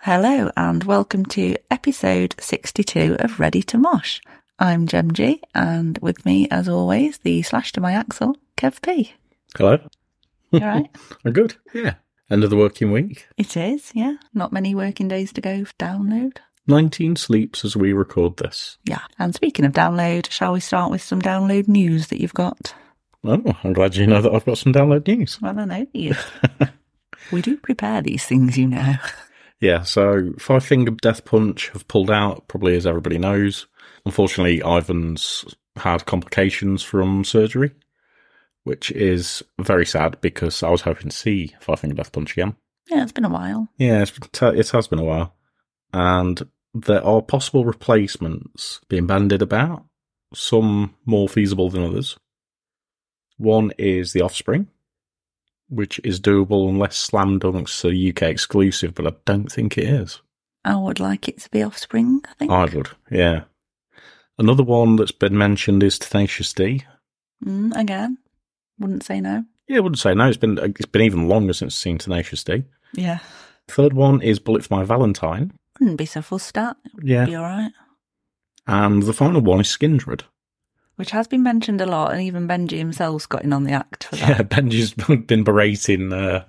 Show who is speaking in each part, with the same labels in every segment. Speaker 1: Hello, and welcome to episode 62 of Ready to Mosh. I'm Gem G, and with me, as always, the slash to my axle, Kev P.
Speaker 2: Hello.
Speaker 1: You all right?
Speaker 2: I'm good. Yeah. End of the working week.
Speaker 1: it is, yeah. Not many working days to go for download.
Speaker 2: 19 sleeps as we record this.
Speaker 1: Yeah. And speaking of download, shall we start with some download news that you've got?
Speaker 2: Oh, I'm glad you know that I've got some download news.
Speaker 1: Well, I know that you. we do prepare these things, you know.
Speaker 2: Yeah, so Five Finger Death Punch have pulled out, probably as everybody knows. Unfortunately, Ivan's had complications from surgery, which is very sad because I was hoping to see Five Finger Death Punch again.
Speaker 1: Yeah, it's been a while.
Speaker 2: Yeah, it's, it has been a while. And there are possible replacements being bandied about, some more feasible than others. One is The Offspring, which is doable unless Slam Dunk's a UK exclusive, but I don't think it is.
Speaker 1: I would like it to be offspring, I think.
Speaker 2: I would, yeah. Another one that's been mentioned is Tenacious D.
Speaker 1: Mm, again, wouldn't say no.
Speaker 2: Yeah, I wouldn't say no. It's been it's been even longer since I've seen Tenacious D.
Speaker 1: Yeah.
Speaker 2: Third one is Bullet for My Valentine.
Speaker 1: Wouldn't be so fussed at.
Speaker 2: Yeah.
Speaker 1: Be all right.
Speaker 2: And the final one is Skindred.
Speaker 1: Which has been mentioned a lot, and even Benji himself's got in on the act for that.
Speaker 2: Yeah, Benji's been berating uh,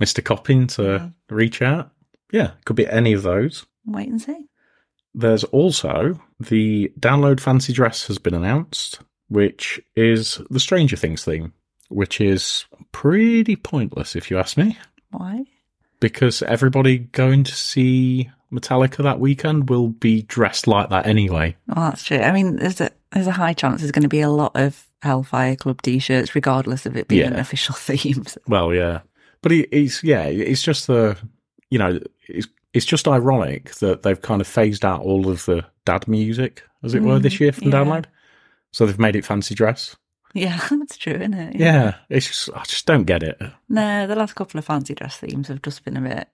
Speaker 2: Mr. Coppin to reach out. Yeah, could be any of those.
Speaker 1: Wait and see.
Speaker 2: There's also the download fancy dress has been announced, which is the Stranger Things theme, which is pretty pointless if you ask me,
Speaker 1: Why?
Speaker 2: because everybody going to see Metallica that weekend will be dressed like that anyway.
Speaker 1: Well, that's true. I mean, there's a there's a high chance there's going to be a lot of Hellfire Club t-shirts, regardless of it being an
Speaker 2: Yeah.
Speaker 1: official theme. So-
Speaker 2: Well, yeah, but it, it's yeah, it's just the you know it's it's just ironic that they've kind of phased out all of the dad music as it were
Speaker 1: Mm,
Speaker 2: this year from
Speaker 1: yeah.
Speaker 2: Download, so they've made it fancy dress.
Speaker 1: Yeah, that's true, isn't it?
Speaker 2: Yeah. it's just I just don't get it.
Speaker 1: No, the last couple of fancy dress themes have just been a bit,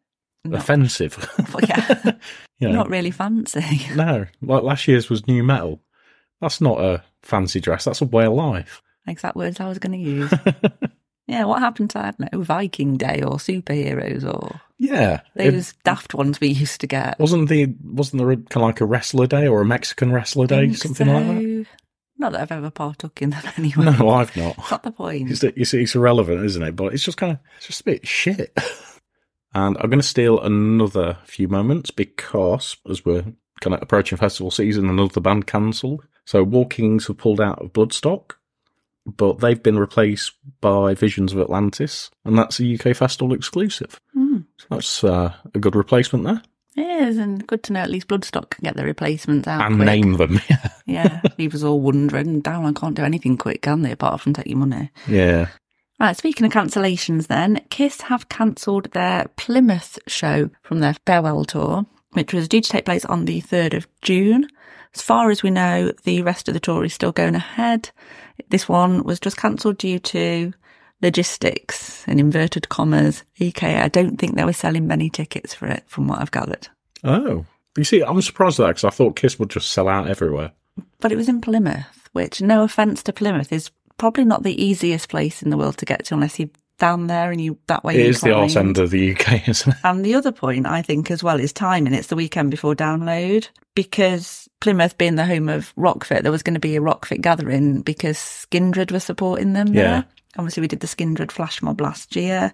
Speaker 1: No.
Speaker 2: Offensive.
Speaker 1: but yeah,
Speaker 2: you know?
Speaker 1: not really fancy.
Speaker 2: No, like last year's was new metal. That's not a fancy dress. That's a way of life.
Speaker 1: Exact words I was going to use. yeah, what happened to I don't know Viking Day or superheroes or
Speaker 2: Yeah, it
Speaker 1: those daft ones we used to get?
Speaker 2: wasn't the wasn't there a, kind of like a wrestler day or a Mexican wrestler day,
Speaker 1: Think
Speaker 2: something like that?
Speaker 1: so. Not that I've ever partook in them anyway.
Speaker 2: No, I've not.
Speaker 1: It's not the point.
Speaker 2: It's, it's, it's irrelevant, isn't it? But it's just kind of it's just a bit shit. and I'm going to steal another few moments because as we're kind of approaching festival season, another band cancelled. So Walkings have pulled out of Bloodstock, but they've been replaced by Visions of Atlantis, and that's a UK festival exclusive.
Speaker 1: Hmm.
Speaker 2: So that's uh, a good replacement there.
Speaker 1: It is, and good to know at least Bloodstock can get the replacements out.
Speaker 2: and
Speaker 1: quick.
Speaker 2: name them.
Speaker 1: Yeah, leave us all wondering. Down, I can't do anything quick, can they? Apart from take your money.
Speaker 2: yeah.
Speaker 1: Right, speaking of cancellations, then, Kiss have cancelled their Plymouth show from their farewell tour, which was due to take place on the 3rd of June. As far as we know, the rest of the tour is still going ahead. This one was just cancelled due to logistics, in inverted commas, aka I don't think they were selling many tickets for it, from what I've gathered.
Speaker 2: Oh, you see, I'm surprised at that because I thought Kiss would just sell out everywhere.
Speaker 1: But it was in Plymouth, which, no offence to Plymouth, is probably not the easiest place in the world to get to unless you're down there and you that way.
Speaker 2: It
Speaker 1: you
Speaker 2: is the
Speaker 1: can't
Speaker 2: arse
Speaker 1: really-
Speaker 2: end of the UK, isn't it?
Speaker 1: And the other point I think as well is timing. It's the weekend before download because Plymouth being the home of Rockfit, there was going to be a Rockfit gathering because Skindred was supporting them
Speaker 2: Yeah.
Speaker 1: there. Obviously, we did the Skindred flash mob last year.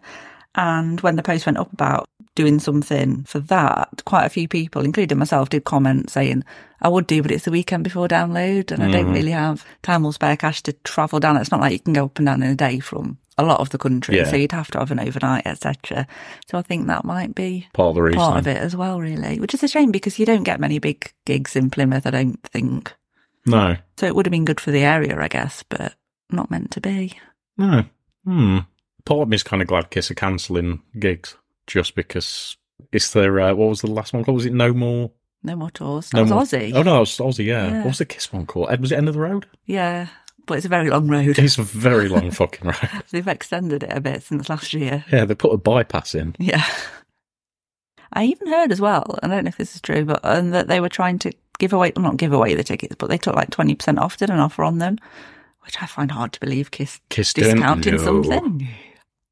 Speaker 1: And when the post went up about doing something for that, quite a few people, including myself, did comment saying, I would do, but it's the weekend before download and I
Speaker 2: Mm-hmm.
Speaker 1: don't really have time or spare cash to travel down. It's not like you can go up and down in a day from a lot of the country.
Speaker 2: Yeah.
Speaker 1: So you'd have to have an overnight, etc. So I think that might be
Speaker 2: Part of the reason.
Speaker 1: part of it as well, really, which is a shame because you don't get many big gigs in Plymouth, I don't think.
Speaker 2: No,
Speaker 1: So it would have been good for the area, I guess, but not meant to be.
Speaker 2: no. Hmm. Part of me is kind of glad Kiss are cancelling gigs just because it's their uh, what was the last one called? Was it No More?
Speaker 1: No more tours.
Speaker 2: No
Speaker 1: That
Speaker 2: more.
Speaker 1: was Aussie.
Speaker 2: Oh no, that was Aussie. Yeah.
Speaker 1: Yeah.
Speaker 2: What was the Kiss one called? Ed- Was it End of the Road?
Speaker 1: Yeah. But it's a very long road.
Speaker 2: It's a very long fucking road.
Speaker 1: They've extended it a bit since last year.
Speaker 2: Yeah, they put a bypass in.
Speaker 1: Yeah. I even heard as well, I don't know if this is true, but and that they were trying to give away, well, not give away the tickets, but they took like 20% off, did an offer on them, which I find hard to believe, Kiss
Speaker 2: Kiss don't
Speaker 1: discounting
Speaker 2: know.
Speaker 1: something.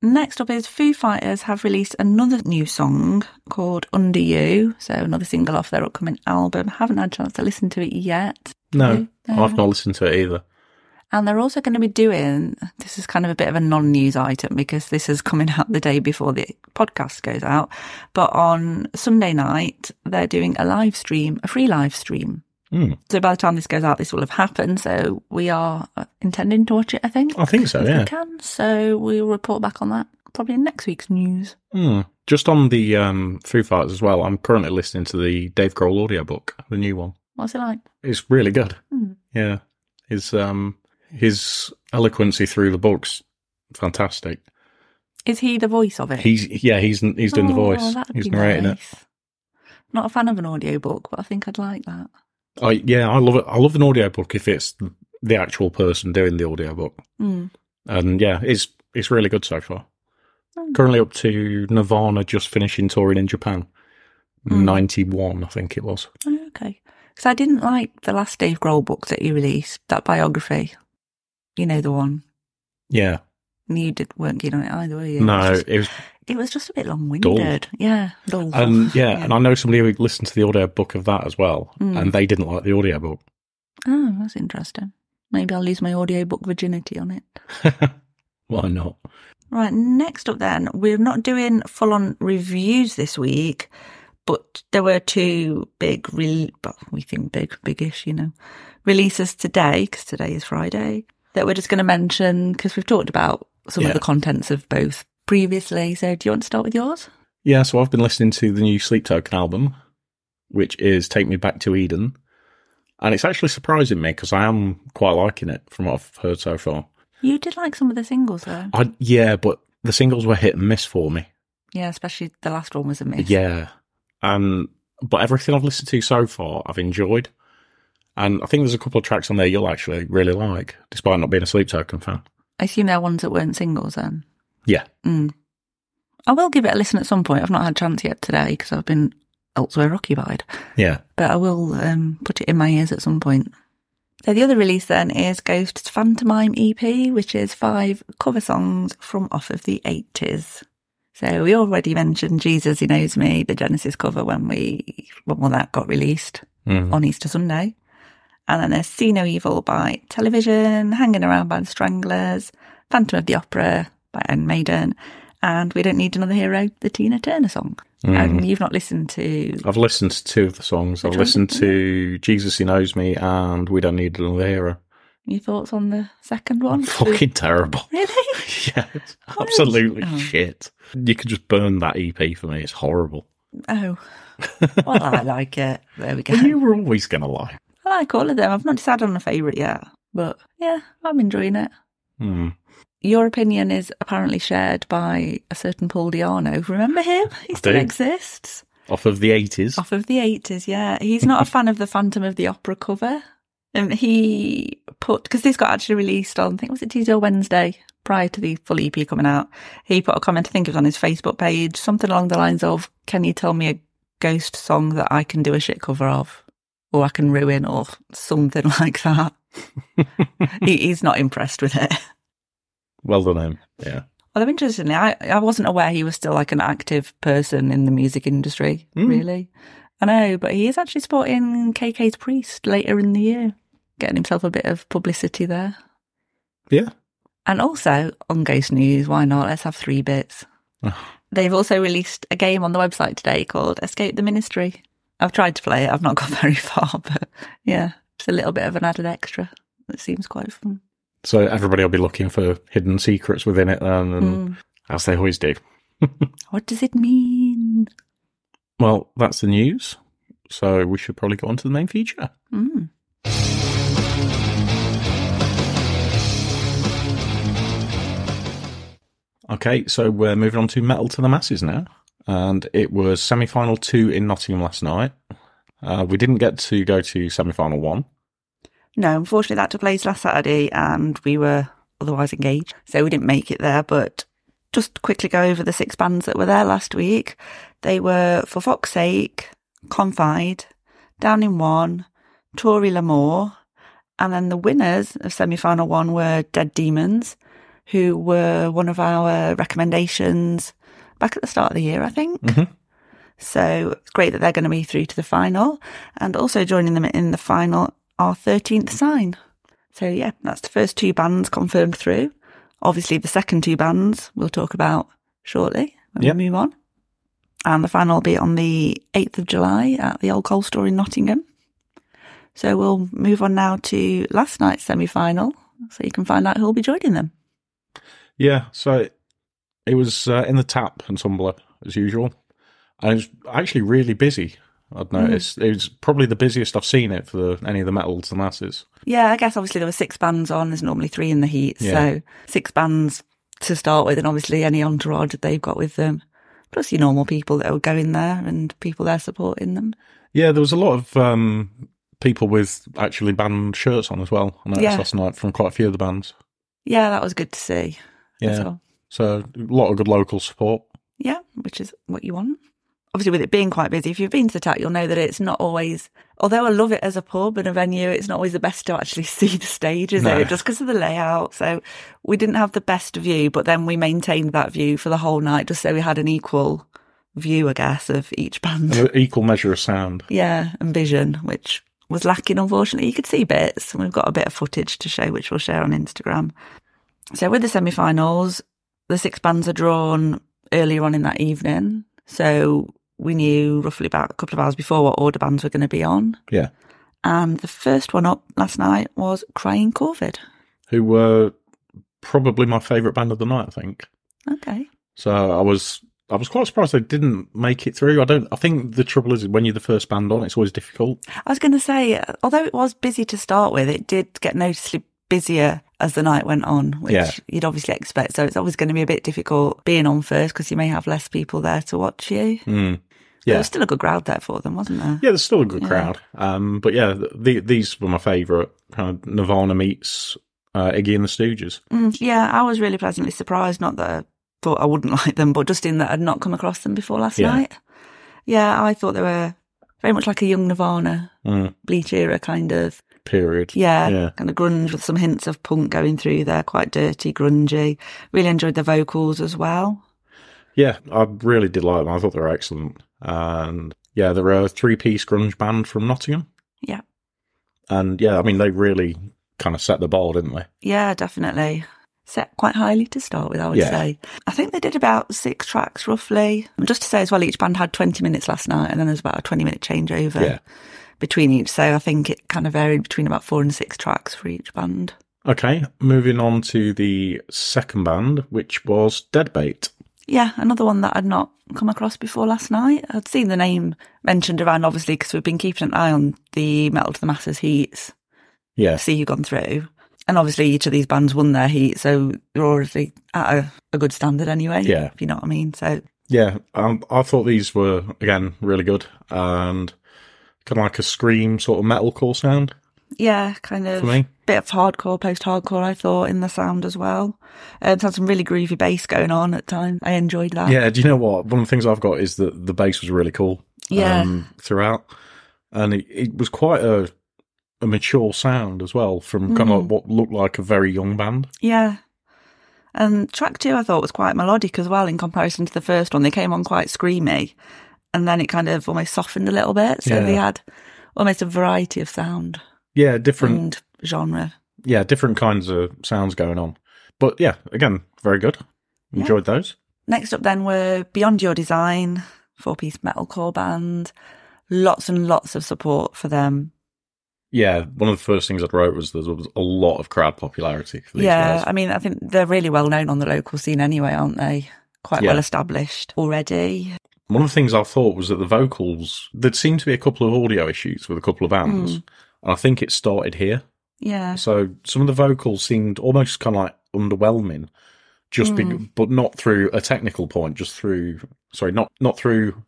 Speaker 1: Next up is Foo Fighters have released another new song called Under You, so another single off their upcoming album. Haven't had a chance to listen to it yet.
Speaker 2: No, I've not listened to it either.
Speaker 1: And they're also going to be doing this is kind of a bit of a non news item because this is coming out the day before the podcast goes out. But on Sunday night, they're doing a live stream, a free live stream.
Speaker 2: Hmm.
Speaker 1: So by the time this goes out, this will have happened. So we are uh, intending to watch it, I think.
Speaker 2: I think Oh, so,
Speaker 1: if
Speaker 2: yeah.
Speaker 1: We can. So we'll report back on that probably in next week's news.
Speaker 2: Hmm. Just on the um, Foo Fighters as well, I'm currently listening to the Dave Grohl audiobook, the new one.
Speaker 1: What's it like?
Speaker 2: It's really good.
Speaker 1: Hmm.
Speaker 2: Yeah. His um his eloquency through the books, fantastic.
Speaker 1: Is he the voice of it? Oh,
Speaker 2: He's yeah, he's he's doing the voice.
Speaker 1: that'd
Speaker 2: He's
Speaker 1: be
Speaker 2: narrating it.
Speaker 1: nice. Not a fan of an audiobook, but I think I'd like that.
Speaker 2: I yeah, I love it. I love an audiobook if it's the actual person doing the audiobook.
Speaker 1: Mm.
Speaker 2: And yeah, it's it's really good so far.
Speaker 1: Mm.
Speaker 2: Currently up to Nirvana just finishing touring in Japan.
Speaker 1: Mm.
Speaker 2: 91, I think it was.
Speaker 1: Oh, Okay. Because I didn't like the last Dave Grohl book that he released, that biography. You know the one.
Speaker 2: Yeah.
Speaker 1: And You did, weren't keen on it either, were you? It
Speaker 2: No,
Speaker 1: was just,
Speaker 2: it was
Speaker 1: it was just a bit long winded. Yeah. Dull.
Speaker 2: and yeah, and I know somebody who listened to the audiobook of that as well,
Speaker 1: Mm.
Speaker 2: and they didn't like the audiobook.
Speaker 1: Oh, that's interesting. Maybe I'll lose my audiobook virginity on it.
Speaker 2: Why not?
Speaker 1: Right, next up then, we're not doing full on reviews this week, but there were two big, re- but we think big, biggish, you know, releases today, because today is Friday, that we're just going to mention because we've talked about some
Speaker 2: Yeah.
Speaker 1: of the contents of both previously. So do you want to start with yours?
Speaker 2: Yeah, so I've been listening to the new Sleep Token album, which is Take Me Back to Eden. And it's actually surprising me because I am quite liking it from what I've heard so far.
Speaker 1: You did like some of the singles though.
Speaker 2: I, yeah, but the singles were hit and miss for me.
Speaker 1: Yeah, especially the last one was a miss.
Speaker 2: Yeah. And but everything I've listened to so far, I've enjoyed. And I think there's a couple of tracks on there you'll actually really like, despite not being a Sleep Token fan.
Speaker 1: I assume they're ones that weren't singles then.
Speaker 2: Yeah.
Speaker 1: Mm. I will give it a listen at some point. I've not had a chance yet today because I've been elsewhere occupied.
Speaker 2: Yeah.
Speaker 1: but I will um, put it in my ears at some point. So the other release then is Ghost's Phantomime EP, which is five cover songs from off of the 80s. So we already mentioned Jesus He Knows Me, the Genesis cover when we when all that got released
Speaker 2: Mm.
Speaker 1: on Easter Sunday. And then there's See No Evil by Television, Hanging Around by the Stranglers, Phantom of the Opera by Iron Maiden, and We Don't Need Another Hero, the Tina Turner song. And you've not listened to
Speaker 2: I've listened to two of the songs. I've
Speaker 1: Which ones
Speaker 2: listened
Speaker 1: did you
Speaker 2: to Jesus He Knows Me and We Don't Need Another Hero.
Speaker 1: Your thoughts on the second one?
Speaker 2: Fucking terrible.
Speaker 1: Really?
Speaker 2: yeah, it's absolutely
Speaker 1: Oh.
Speaker 2: shit. You could just burn that EP for me. It's horrible.
Speaker 1: Oh. Well, I like it. There we go.
Speaker 2: You were always going to lie.
Speaker 1: I like all of them. I've not decided on a favourite yet, but yeah, I'm enjoying it.
Speaker 2: Hmm.
Speaker 1: Your opinion is apparently shared by a certain Paul Diano. Remember him? He still
Speaker 2: do.
Speaker 1: exists.
Speaker 2: Off of the 80s.
Speaker 1: Off of the 80s, yeah. He's not a fan of the Phantom of the Opera cover. And he put, because this got actually released on, I think, was it Tuesday or Wednesday prior to the full EP coming out? He put a comment, I think it was on his Facebook page, something along the lines of, Can you tell me a ghost song that I can do a shit cover of? Or I can ruin, or something like that. he, he's not impressed with it.
Speaker 2: Well done, him. Yeah.
Speaker 1: Although interestingly, Oh, I, I wasn't aware he was still like an active person in the music industry,
Speaker 2: Hmm.
Speaker 1: really. I know, but he is actually supporting KK's Priest later in the year, getting himself a bit of publicity there.
Speaker 2: Yeah.
Speaker 1: And also on Ghost News, why not? Let's have three bits.
Speaker 2: Ugh.
Speaker 1: They've also released a game on the website today called Escape the Ministry. I've tried to play it, I've not got very far, but yeah, it's a little bit of an added extra. It seems quite fun.
Speaker 2: So everybody will be looking for hidden secrets within it, then, and
Speaker 1: Mm.
Speaker 2: as they always do.
Speaker 1: What does it mean?
Speaker 2: Well, that's the news. So we should probably go on to the main feature.
Speaker 1: Mm.
Speaker 2: Okay, so we're moving on to Metal to the Masses now. And it was semi final two in Nottingham last night. Uh, we didn't get to go to semi final one.
Speaker 1: No, unfortunately, that took place last Saturday and we were otherwise engaged. So we didn't make it there. But just quickly go over the six bands that were there last week. They were, for fuck's sake, Confide, Down in One, Tori Lamour. And then the winners of semi final one were Dead Demons, who were one of our recommendations back at the start of the year, I think.
Speaker 2: Mhm.
Speaker 1: So it's great that they're going to be through to the final. And also joining them in the final are 13th Sign. So yeah, that's the first two bands confirmed through. Obviously, the second two bands we'll talk about shortly when
Speaker 2: Yep.
Speaker 1: we move on. And the final will be on the 8th of July at the Old Coal Store in Nottingham. So we'll move on now to last night's semi final so you can find out who'll be joining them.
Speaker 2: Yeah, so it, it was uh, in the tap and Tumblr as usual. And it was actually really busy. I'd noticed it was probably the busiest I've seen it for the, any of the metal to the masses.
Speaker 1: Yeah, I guess obviously there were six bands on. There's normally three in the heat.
Speaker 2: Yeah.
Speaker 1: So six bands to start with, and obviously any entourage that they've got with them, plus your normal people that will go in there and people there supporting them.
Speaker 2: Yeah, there was a lot of um, people with actually band shirts on as well. I noticed
Speaker 1: Yeah.
Speaker 2: last night from quite a few of the bands.
Speaker 1: Yeah, that was good to see. as
Speaker 2: Yeah,
Speaker 1: well.
Speaker 2: so a lot of good local support.
Speaker 1: Yeah, which is what you want. Obviously, with it being quite busy, if you've been to the TAC, you'll know that it's not always, although I love it as a pub and a venue, it's not always the best to actually see the stage, is
Speaker 2: No.
Speaker 1: it? Just because of the layout. So we didn't have the best view, but then we maintained that view for the whole night, just so we had an equal view, I guess, of each band.
Speaker 2: An equal measure of sound.
Speaker 1: Yeah, and vision, which was lacking, unfortunately. You could see bits, and we've got a bit of footage to show, which we'll share on Instagram. So, with the semi finals, the six bands are drawn earlier on in that evening. So, we knew roughly about a couple of hours before what order bands were going to be on.
Speaker 2: Yeah,
Speaker 1: And the first one up last night was Crying Corvid.
Speaker 2: who were probably my favourite band of the night. I think.
Speaker 1: Okay.
Speaker 2: So I was I was quite surprised they didn't make it through. I don't. I think the trouble is when you're the first band on, it's always difficult.
Speaker 1: I was going to say, although it was busy to start with, it did get noticeably busier as the night went on, which
Speaker 2: Yeah.
Speaker 1: you'd obviously expect. So it's always going to be a bit difficult being on first because you may have less people there to watch you.
Speaker 2: Mm.
Speaker 1: There
Speaker 2: Yeah,
Speaker 1: was still a good crowd there for them, wasn't there?
Speaker 2: yeah. There's still a good
Speaker 1: Yeah.
Speaker 2: crowd. Um, but yeah, th the, these were my favourite. Kind of Nirvana meets uh, Iggy and the Stooges.
Speaker 1: Mm, yeah, I was really pleasantly surprised. Not that I thought I wouldn't like them, but just in that I'd not come across them before last
Speaker 2: Yeah.
Speaker 1: night. Yeah, I thought they were very much like a young Nirvana,
Speaker 2: Mm,
Speaker 1: Bleach era kind of.
Speaker 2: period.
Speaker 1: Yeah,
Speaker 2: Yeah.
Speaker 1: kind of grunge with some hints of punk going through there, quite dirty, grungy. Really enjoyed the vocals as well.
Speaker 2: Yeah, I really did like them. I thought they were excellent. And yeah, they're a three piece grunge band from Nottingham.
Speaker 1: Yeah.
Speaker 2: And yeah, I mean, they really kind of set the ball, didn't they?
Speaker 1: Yeah, definitely. Set quite highly to start with, I would
Speaker 2: Yeah.
Speaker 1: say. I think they did about six tracks roughly. And just to say as well, each band had 20 minutes last night and then there's about a 20 minute changeover
Speaker 2: Yeah.
Speaker 1: between each. So I think it kind of varied between about four and six tracks for each band.
Speaker 2: Okay, moving on to the second band, which was Deadbait.
Speaker 1: Yeah, another one that I'd not come across before last night. I'd seen the name mentioned around, obviously, because we've been keeping an eye on the Metal to the Masses heats,
Speaker 2: Yeah.
Speaker 1: see who gone through. And obviously, each of these bands won their heat, so they're already at a, a good standard anyway.
Speaker 2: Yeah.
Speaker 1: If you know what I mean. So
Speaker 2: Yeah, um, I thought these were, again, really good and kind of like a scream sort of metalcore sound
Speaker 1: Yeah, kind of
Speaker 2: for me.
Speaker 1: bit of hardcore, post-hardcore. I thought in the sound as well. Uh, it had some really groovy bass going on at times. I enjoyed that.
Speaker 2: Yeah, do you know what? One of the things I've got is that the bass was really cool um,
Speaker 1: Yeah.
Speaker 2: throughout. And it, it was quite a, a mature sound as well from kind
Speaker 1: Hmm.
Speaker 2: of what looked like a very young band.
Speaker 1: Yeah. And track two, I thought was quite melodic as well in comparison to the first one. They came on quite screamy, and then it kind of almost softened a little bit. So
Speaker 2: Yeah.
Speaker 1: they had almost a variety of sound
Speaker 2: Yeah, different.
Speaker 1: and genre.
Speaker 2: Yeah, different kinds of sounds going on. But yeah, again, very good.
Speaker 1: Yeah.
Speaker 2: Enjoyed those.
Speaker 1: Next up, then, were Beyond Your Design, four piece metalcore band. Lots and lots of support for them.
Speaker 2: Yeah, one of the first things I wrote was there was a lot of crowd popularity for these
Speaker 1: yeah,
Speaker 2: guys.
Speaker 1: I mean, I think they're really well known on the local scene anyway, aren't they? Quite
Speaker 2: Yeah.
Speaker 1: well established already.
Speaker 2: One of the things I thought was that the vocals, there seemed to be a couple of audio issues with a couple of bands. And I think it started here.
Speaker 1: Yeah,
Speaker 2: So some of the vocals seemed almost kind of like underwhelming, just be, but not through a technical point, just through, sorry, not, not through,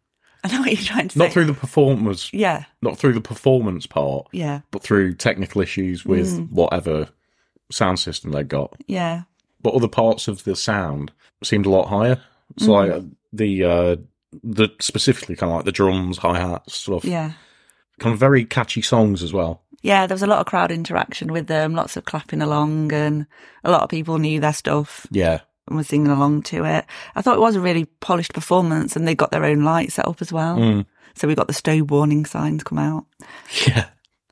Speaker 1: I know what you're trying to say.
Speaker 2: not through the performers,
Speaker 1: Yeah,
Speaker 2: not through the performance part,
Speaker 1: yeah,
Speaker 2: but through technical issues with whatever sound system they got.
Speaker 1: yeah,
Speaker 2: but other parts of the sound seemed a lot higher. So like the uh the specifically kind of like the drums, hi hats, stuff.
Speaker 1: yeah,
Speaker 2: Kind of very catchy songs as well.
Speaker 1: Yeah, there was a lot of crowd interaction with them, lots of clapping along, and a lot of people knew their stuff
Speaker 2: Yeah.
Speaker 1: and were singing along to it. I thought it was a really polished performance, and they got their own lights set up as well.
Speaker 2: Mm.
Speaker 1: So we got the stove warning signs come out.
Speaker 2: Yeah.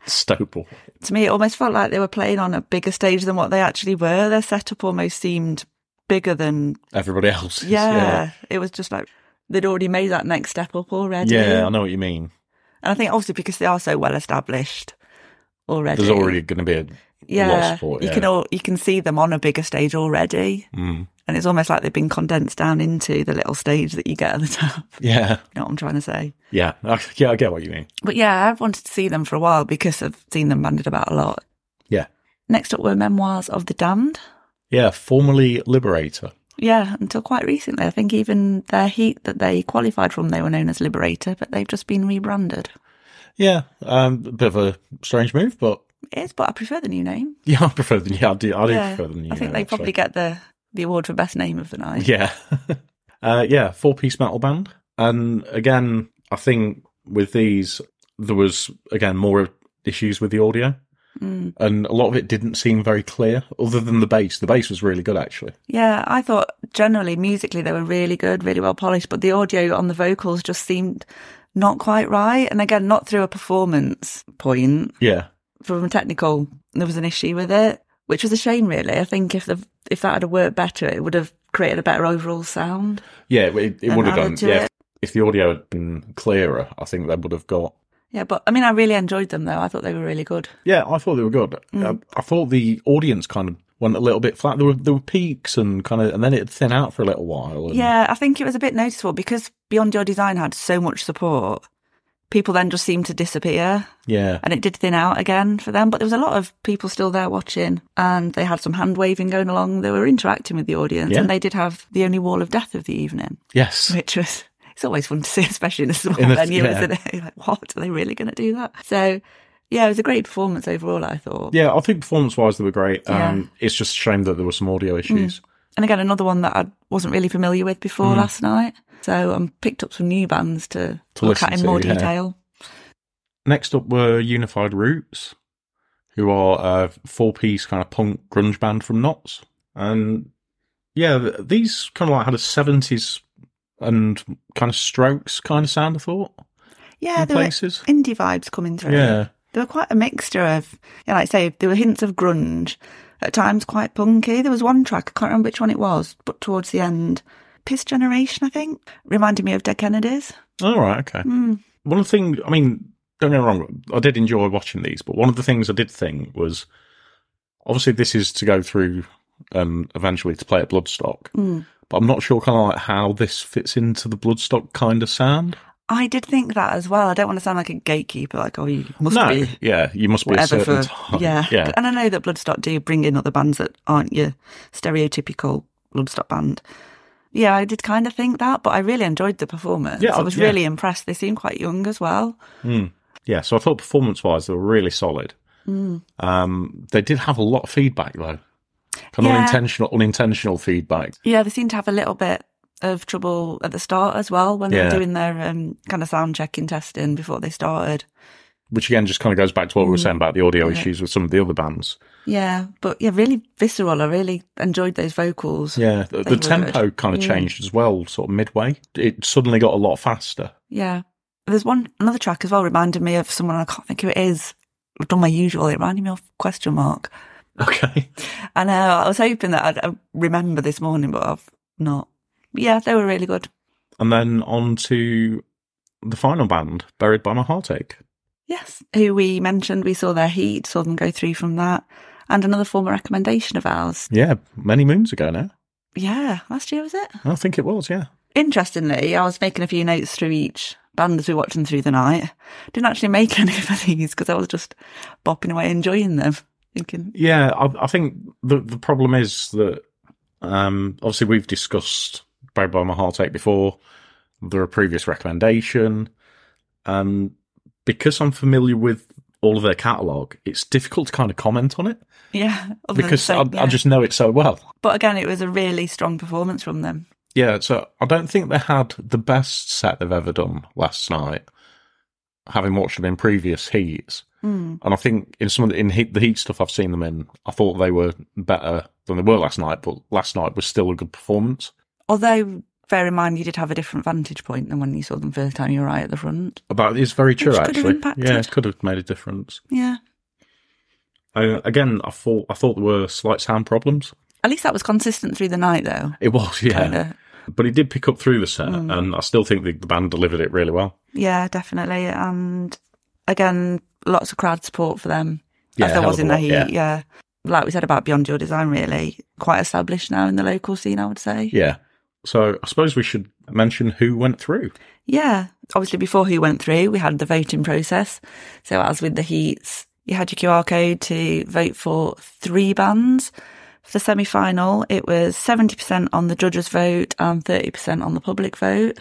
Speaker 2: Staple.
Speaker 1: To me, it almost felt like they were playing on a bigger stage than what they actually were. Their setup almost seemed bigger than
Speaker 2: Everybody else. is-
Speaker 1: yeah. It was just like they'd already made that next step up already.
Speaker 2: yeah. I know what you mean.
Speaker 1: And I think obviously because they are so well established already.
Speaker 2: There's already going to be a lot
Speaker 1: yeah,
Speaker 2: of support.
Speaker 1: you can all you can see them on a bigger stage already,
Speaker 2: Mm.
Speaker 1: and it's almost like they've been condensed down into the little stage that you get at the top.
Speaker 2: Yeah.
Speaker 1: You know what I'm trying to say?
Speaker 2: Yeah. I- Yeah. I get what you mean.
Speaker 1: But yeah, I've wanted to see them for a while because I've seen them banded about a lot.
Speaker 2: Yeah.
Speaker 1: Next up were Memoirs of the Damned.
Speaker 2: Yeah. Formerly Liberator.
Speaker 1: Yeah, until quite recently. I think even their heat that they qualified from, they were known as Liberator, but they've just been rebranded.
Speaker 2: Yeah. Um, a bit of a strange move, but
Speaker 1: It is, but I prefer the new name.
Speaker 2: yeah, I prefer the yeah, I do, I do
Speaker 1: yeah,
Speaker 2: prefer the new
Speaker 1: I think
Speaker 2: name,
Speaker 1: they
Speaker 2: actually.
Speaker 1: probably get the, the award for best name of the night.
Speaker 2: Yeah. uh, yeah, four piece metal band. And again, I think with these, there was, again, more issues with the audio.
Speaker 1: Mm.
Speaker 2: And a lot of it didn't seem very clear, other than the bass. The bass was really good, actually.
Speaker 1: Yeah, I thought generally musically they were really good, really well polished, but the audio on the vocals just seemed not quite right. And again, not through a performance point.
Speaker 2: Yeah.
Speaker 1: From a technical, there was an issue with it, which was a shame, really. I think if the if that had worked better, it would have created a better overall sound.
Speaker 2: Yeah, it, it would have
Speaker 1: added
Speaker 2: done.
Speaker 1: to
Speaker 2: Yeah.
Speaker 1: it.
Speaker 2: If the audio had been clearer, I think they would have got.
Speaker 1: Yeah, but I mean, I really enjoyed them though. I thought they were really good.
Speaker 2: Yeah, I thought they were good.
Speaker 1: Mm.
Speaker 2: Uh, I thought the audience kind of went a little bit flat. There were there were peaks and kind of, and then it'd thin out for a little while. And,
Speaker 1: Yeah, I think it was a bit noticeable because Beyond Your Design had so much support. People then just seemed to disappear
Speaker 2: yeah,
Speaker 1: and it did thin out again for them. But there was a lot of people still there watching and they had some hand waving going along. They were interacting with the audience
Speaker 2: Yeah.
Speaker 1: and they did have the only wall of death of the evening,
Speaker 2: yes,
Speaker 1: which was. It's always fun to see, especially in a small
Speaker 2: In a-
Speaker 1: venue,
Speaker 2: yeah.
Speaker 1: isn't it? You're Like, what? Are they really going to do that? So, yeah, it was a great performance overall, I thought.
Speaker 2: Yeah, I think performance wise they were great.
Speaker 1: Yeah.
Speaker 2: Um, it's just a shame that there were some audio issues.
Speaker 1: And again, another one that I wasn't really familiar with
Speaker 2: Hmm.
Speaker 1: before last night. So I um, picked up some new bands to,
Speaker 2: To
Speaker 1: look at
Speaker 2: listen
Speaker 1: in more
Speaker 2: to, yeah.
Speaker 1: detail.
Speaker 2: Next up were Unified Roots, who are a four piece kind of punk grunge band from Knots. And yeah, th- these kind of like had a 70s and kind of strokes kind of sound, I thought,
Speaker 1: Yeah,
Speaker 2: in
Speaker 1: there were
Speaker 2: places.
Speaker 1: indie vibes coming through.
Speaker 2: Yeah.
Speaker 1: There were quite a mixture of, yeah, like I say, there were hints of grunge, at times quite punky. There was one track, I can't remember which one it was, but towards the end, Piss Generation, I think, reminded me of Dead Kennedys.
Speaker 2: All right, okay.
Speaker 1: Mm.
Speaker 2: One of the things, I mean, don't get me wrong, I did enjoy watching these, but one of the things I did think was obviously this is to go through um, eventually to play at Bloodstock.
Speaker 1: Mm.
Speaker 2: but I'm not sure kind of like how this fits into the Bloodstock kind of sound.
Speaker 1: I did think that as well. I don't want to sound like a gatekeeper, like, oh, you must
Speaker 2: no,
Speaker 1: be
Speaker 2: yeah, you must be a
Speaker 1: whatever
Speaker 2: certain
Speaker 1: for
Speaker 2: time.
Speaker 1: Yeah.
Speaker 2: yeah,
Speaker 1: and I know that Bloodstock do bring in other bands that aren't your stereotypical Bloodstock band. Yeah, I did kind of think that, but I really enjoyed the performance.
Speaker 2: Yeah,
Speaker 1: I was
Speaker 2: yeah.
Speaker 1: really impressed. They seem quite young as well.
Speaker 2: yeah. So I thought performance-wise they were really solid.
Speaker 1: Hmm.
Speaker 2: Um, they did have a lot of feedback though, kind
Speaker 1: Yeah.
Speaker 2: of intentional, unintentional feedback.
Speaker 1: Yeah, they seem to have a little bit of trouble at the start as well when they
Speaker 2: Yeah.
Speaker 1: were doing their um, kind of sound checking testing before they started.
Speaker 2: Which again just kind of goes back to what
Speaker 1: Hmm.
Speaker 2: we were saying about the audio issues with some of the other bands.
Speaker 1: Yeah, but yeah, really visceral. I really enjoyed those vocals.
Speaker 2: Yeah, the, the
Speaker 1: were
Speaker 2: tempo kind of changed as well, sort of midway. It suddenly got a lot faster.
Speaker 1: Yeah. There's one another track as well reminded me of someone I can't think who it is. I've done my usual. It reminded me of question mark.
Speaker 2: Okay,
Speaker 1: I know. I was hoping that I'd uh, remember this morning, but I've not. Yeah, they were really good.
Speaker 2: and then on to the final band, "Buried by My Heartache."
Speaker 1: Yes. Who we mentioned, we saw their heat, saw them go through from that. And another former recommendation of ours.
Speaker 2: Yeah, many moons ago now.
Speaker 1: Yeah, last year was it?
Speaker 2: I think it was. Yeah.
Speaker 1: Interestingly, I was making a few notes through each band as we watched them through the night. Didn't actually make any of these because I was just bopping away, enjoying them, thinking,
Speaker 2: Yeah, I, I think the the problem is that um, obviously we've discussed Buried by My Heartache before. They're a previous recommendation. Um, because I'm familiar with all of their catalogue, it's difficult to kind of comment on it
Speaker 1: yeah. other than
Speaker 2: because
Speaker 1: saying,
Speaker 2: I, I
Speaker 1: yeah.
Speaker 2: just know it so well.
Speaker 1: But again, it was a really strong performance from them.
Speaker 2: Yeah, so I don't think they had the best set they've ever done last night, having watched them in previous heats.
Speaker 1: Hmm.
Speaker 2: And I think in some of the, in heat, the heat stuff I've seen them in, I thought they were better than they were last night. But last night was still a good performance.
Speaker 1: Although, bear in mind, you did have a different vantage point than when you saw them first time. You were right at the front.
Speaker 2: But it's very true,
Speaker 1: Which could have
Speaker 2: actually.
Speaker 1: impacted.
Speaker 2: yeah, it could have made a difference.
Speaker 1: Yeah.
Speaker 2: Uh, again, I thought I thought there were slight sound problems.
Speaker 1: At least that was consistent through the night, though.
Speaker 2: It was, yeah.
Speaker 1: Kinda. Hmm.
Speaker 2: But it did pick up through the set, and I still think the, the band delivered it really well.
Speaker 1: Yeah, definitely. And again, lots of crowd support for them.
Speaker 2: Yeah,
Speaker 1: as there
Speaker 2: hell
Speaker 1: was
Speaker 2: of
Speaker 1: in
Speaker 2: a
Speaker 1: the
Speaker 2: lot,
Speaker 1: heat.
Speaker 2: yeah.
Speaker 1: Yeah. Like we said about Beyond Your Design, really quite established now in the local scene, I would say.
Speaker 2: Yeah. So I suppose we should mention who went through.
Speaker 1: Yeah. Obviously, before who went through, we had the voting process. So, as with the heats, you had your QR code to vote for three bands. For the semi final, it was 70% on the judges' vote and 30% on the public vote.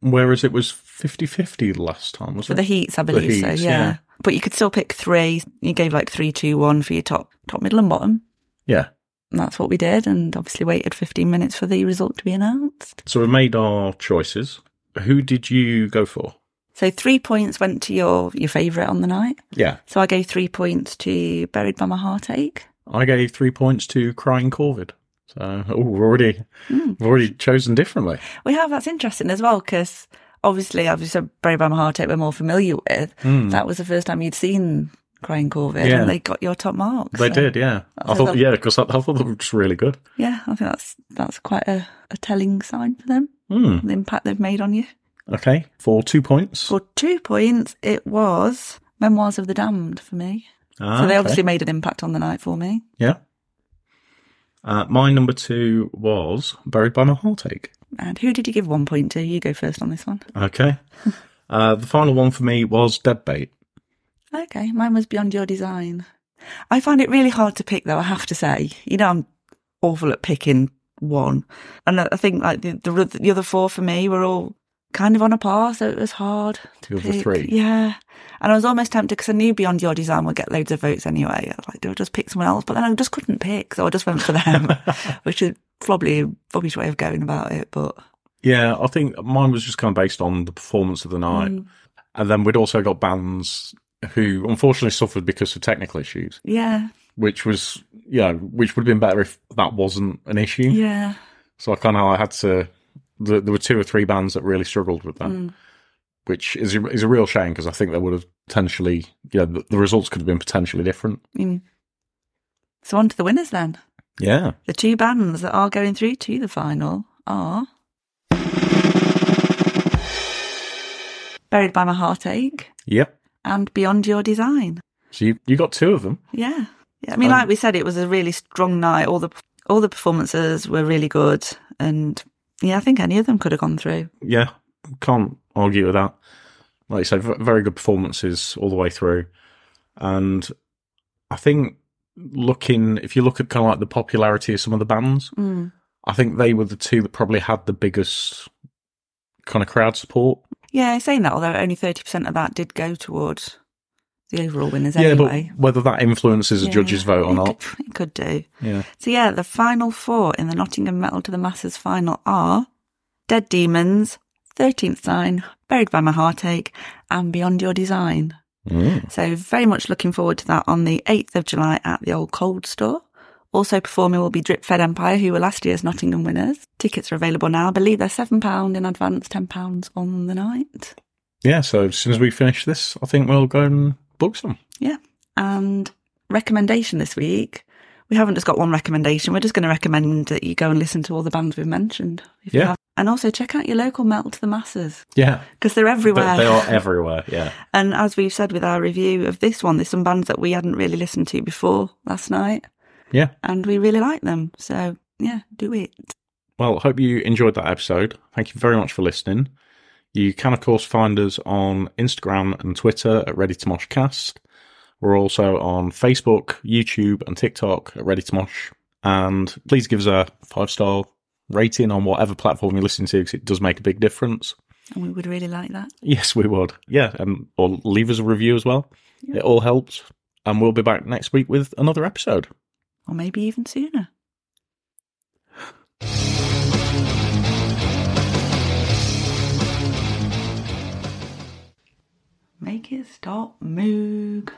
Speaker 2: Whereas it was 50-50 last time, was
Speaker 1: For
Speaker 2: it?
Speaker 1: the heats, I believe so,
Speaker 2: heats,
Speaker 1: yeah.
Speaker 2: yeah.
Speaker 1: But you could still pick three. You gave like three, two, one for your top, top, middle, and bottom.
Speaker 2: yeah.
Speaker 1: And that's what we did, and obviously waited 15 minutes for the result to be announced.
Speaker 2: So we made our choices. Who did you go for?
Speaker 1: So three points went to your your favourite on the night.
Speaker 2: Yeah.
Speaker 1: So I gave three points to Buried by My Heartache.
Speaker 2: I gave three points to Crying Corvid. So oh, we're already
Speaker 1: Hmm.
Speaker 2: we've already chosen differently.
Speaker 1: We have that's interesting as well because obviously, as we said, Buried by My Heartache we're more familiar with. That was the first time you'd seen Crying Corvid,
Speaker 2: Hmm. Yeah.
Speaker 1: and they got your top marks.
Speaker 2: They
Speaker 1: So,
Speaker 2: did, yeah. I
Speaker 1: That's
Speaker 2: thought,
Speaker 1: a-
Speaker 2: yeah, because I, I thought they were just really good.
Speaker 1: Yeah, I think that's that's quite a, a telling sign for them.
Speaker 2: Hmm.
Speaker 1: The impact they've made on you.
Speaker 2: Okay, for two points.
Speaker 1: For two points, it was Memoirs of the Damned for me.
Speaker 2: Ah,
Speaker 1: So they
Speaker 2: okay.
Speaker 1: obviously made an impact on the night for me.
Speaker 2: yeah. Uh, my number two was Buried by My Heartache.
Speaker 1: And who did you give one point to? You go first on this one.
Speaker 2: Okay. uh, the final one for me was Deadbait.
Speaker 1: Okay, mine was Beyond Your Design. I find it really hard to pick, though. I have to say, you know, I'm awful at picking one, and I I think like the the, oth- the other four for me were all kind of on a par, so it was hard to
Speaker 2: The other
Speaker 1: pick.
Speaker 2: three?
Speaker 1: Yeah, and I was almost tempted because I knew Beyond Your Design would get loads of votes anyway. I was like, do I just pick someone else? But then I just couldn't pick, so I just went for them, which is probably a rubbish way of going about it. But
Speaker 2: Yeah, I think mine was just kind of based on the performance of the night. And then we'd also got bands who unfortunately suffered because of technical issues,
Speaker 1: yeah,
Speaker 2: which was, you know, which would have been better if that wasn't an issue.
Speaker 1: yeah,
Speaker 2: So I kind of I had to. The, there were two or three bands that really struggled with that, which is a, is a real shame because I think they would have potentially, you know, the, the results could have been potentially different.
Speaker 1: Mm. so on to the winners then.
Speaker 2: Yeah.
Speaker 1: The two bands that are going through to the final are Buried by My Heartache
Speaker 2: Yep.
Speaker 1: and Beyond Your Design.
Speaker 2: So you, you got two of them.
Speaker 1: Yeah. yeah. I mean,
Speaker 2: Um,
Speaker 1: like we said, it was a really strong night. All the all the performances were really good, and yeah, I think any of them could have gone through.
Speaker 2: Yeah. Can't argue with that. Like you say, v- very good performances all the way through. And I think looking, if you look at kind of like the popularity of some of the bands,
Speaker 1: Mm.
Speaker 2: I think they were the two that probably had the biggest kind of crowd support.
Speaker 1: Yeah, saying that, although only thirty percent of that did go towards the overall winners
Speaker 2: Yeah,
Speaker 1: anyway.
Speaker 2: but whether that influences a
Speaker 1: Yeah,
Speaker 2: judge's vote or
Speaker 1: it
Speaker 2: not.
Speaker 1: could- it could do.
Speaker 2: Yeah.
Speaker 1: So yeah, the final four in the Nottingham Metal to the Masses final are Dead Demons, Thirteenth Sign, Buried by My Heartache, and Beyond Your Design. So very much looking forward to that on the eighth of July at the Old Cold Store. Also performing will be Dripfed Empire, who were last year's Nottingham winners. Tickets are available now. I believe they're seven pound in advance, ten pounds on the night.
Speaker 2: Yeah, so as soon as we finish this, I think we'll go and book some.
Speaker 1: Yeah. And recommendation this week. We haven't just got one recommendation. We're just going to recommend that you go and listen to all the bands we've mentioned. If
Speaker 2: Yeah.
Speaker 1: You have. And also check out your local Metal to the Masses
Speaker 2: Yeah.
Speaker 1: because they're
Speaker 2: They,
Speaker 1: everywhere.
Speaker 2: they are everywhere, yeah.
Speaker 1: And as we've said with our review of this one, there's some bands that we hadn't really listened to before last night
Speaker 2: Yeah.
Speaker 1: and we really like them. So yeah, do it.
Speaker 2: Well, hope you enjoyed that episode. Thank you very much for listening. You can, of course, find us on Instagram and Twitter at Ready to Mosh Cast. We're also on Facebook, YouTube, and TikTok at Ready to Mosh. And please give us a five star rating on whatever platform you listen to because it does make a big difference.
Speaker 1: And we would really like that.
Speaker 2: Yes, we would. Yeah, and or leave us a review as well. It all helps. And we'll be back next week with another episode.
Speaker 1: Or maybe even sooner. Make it stop, Moog.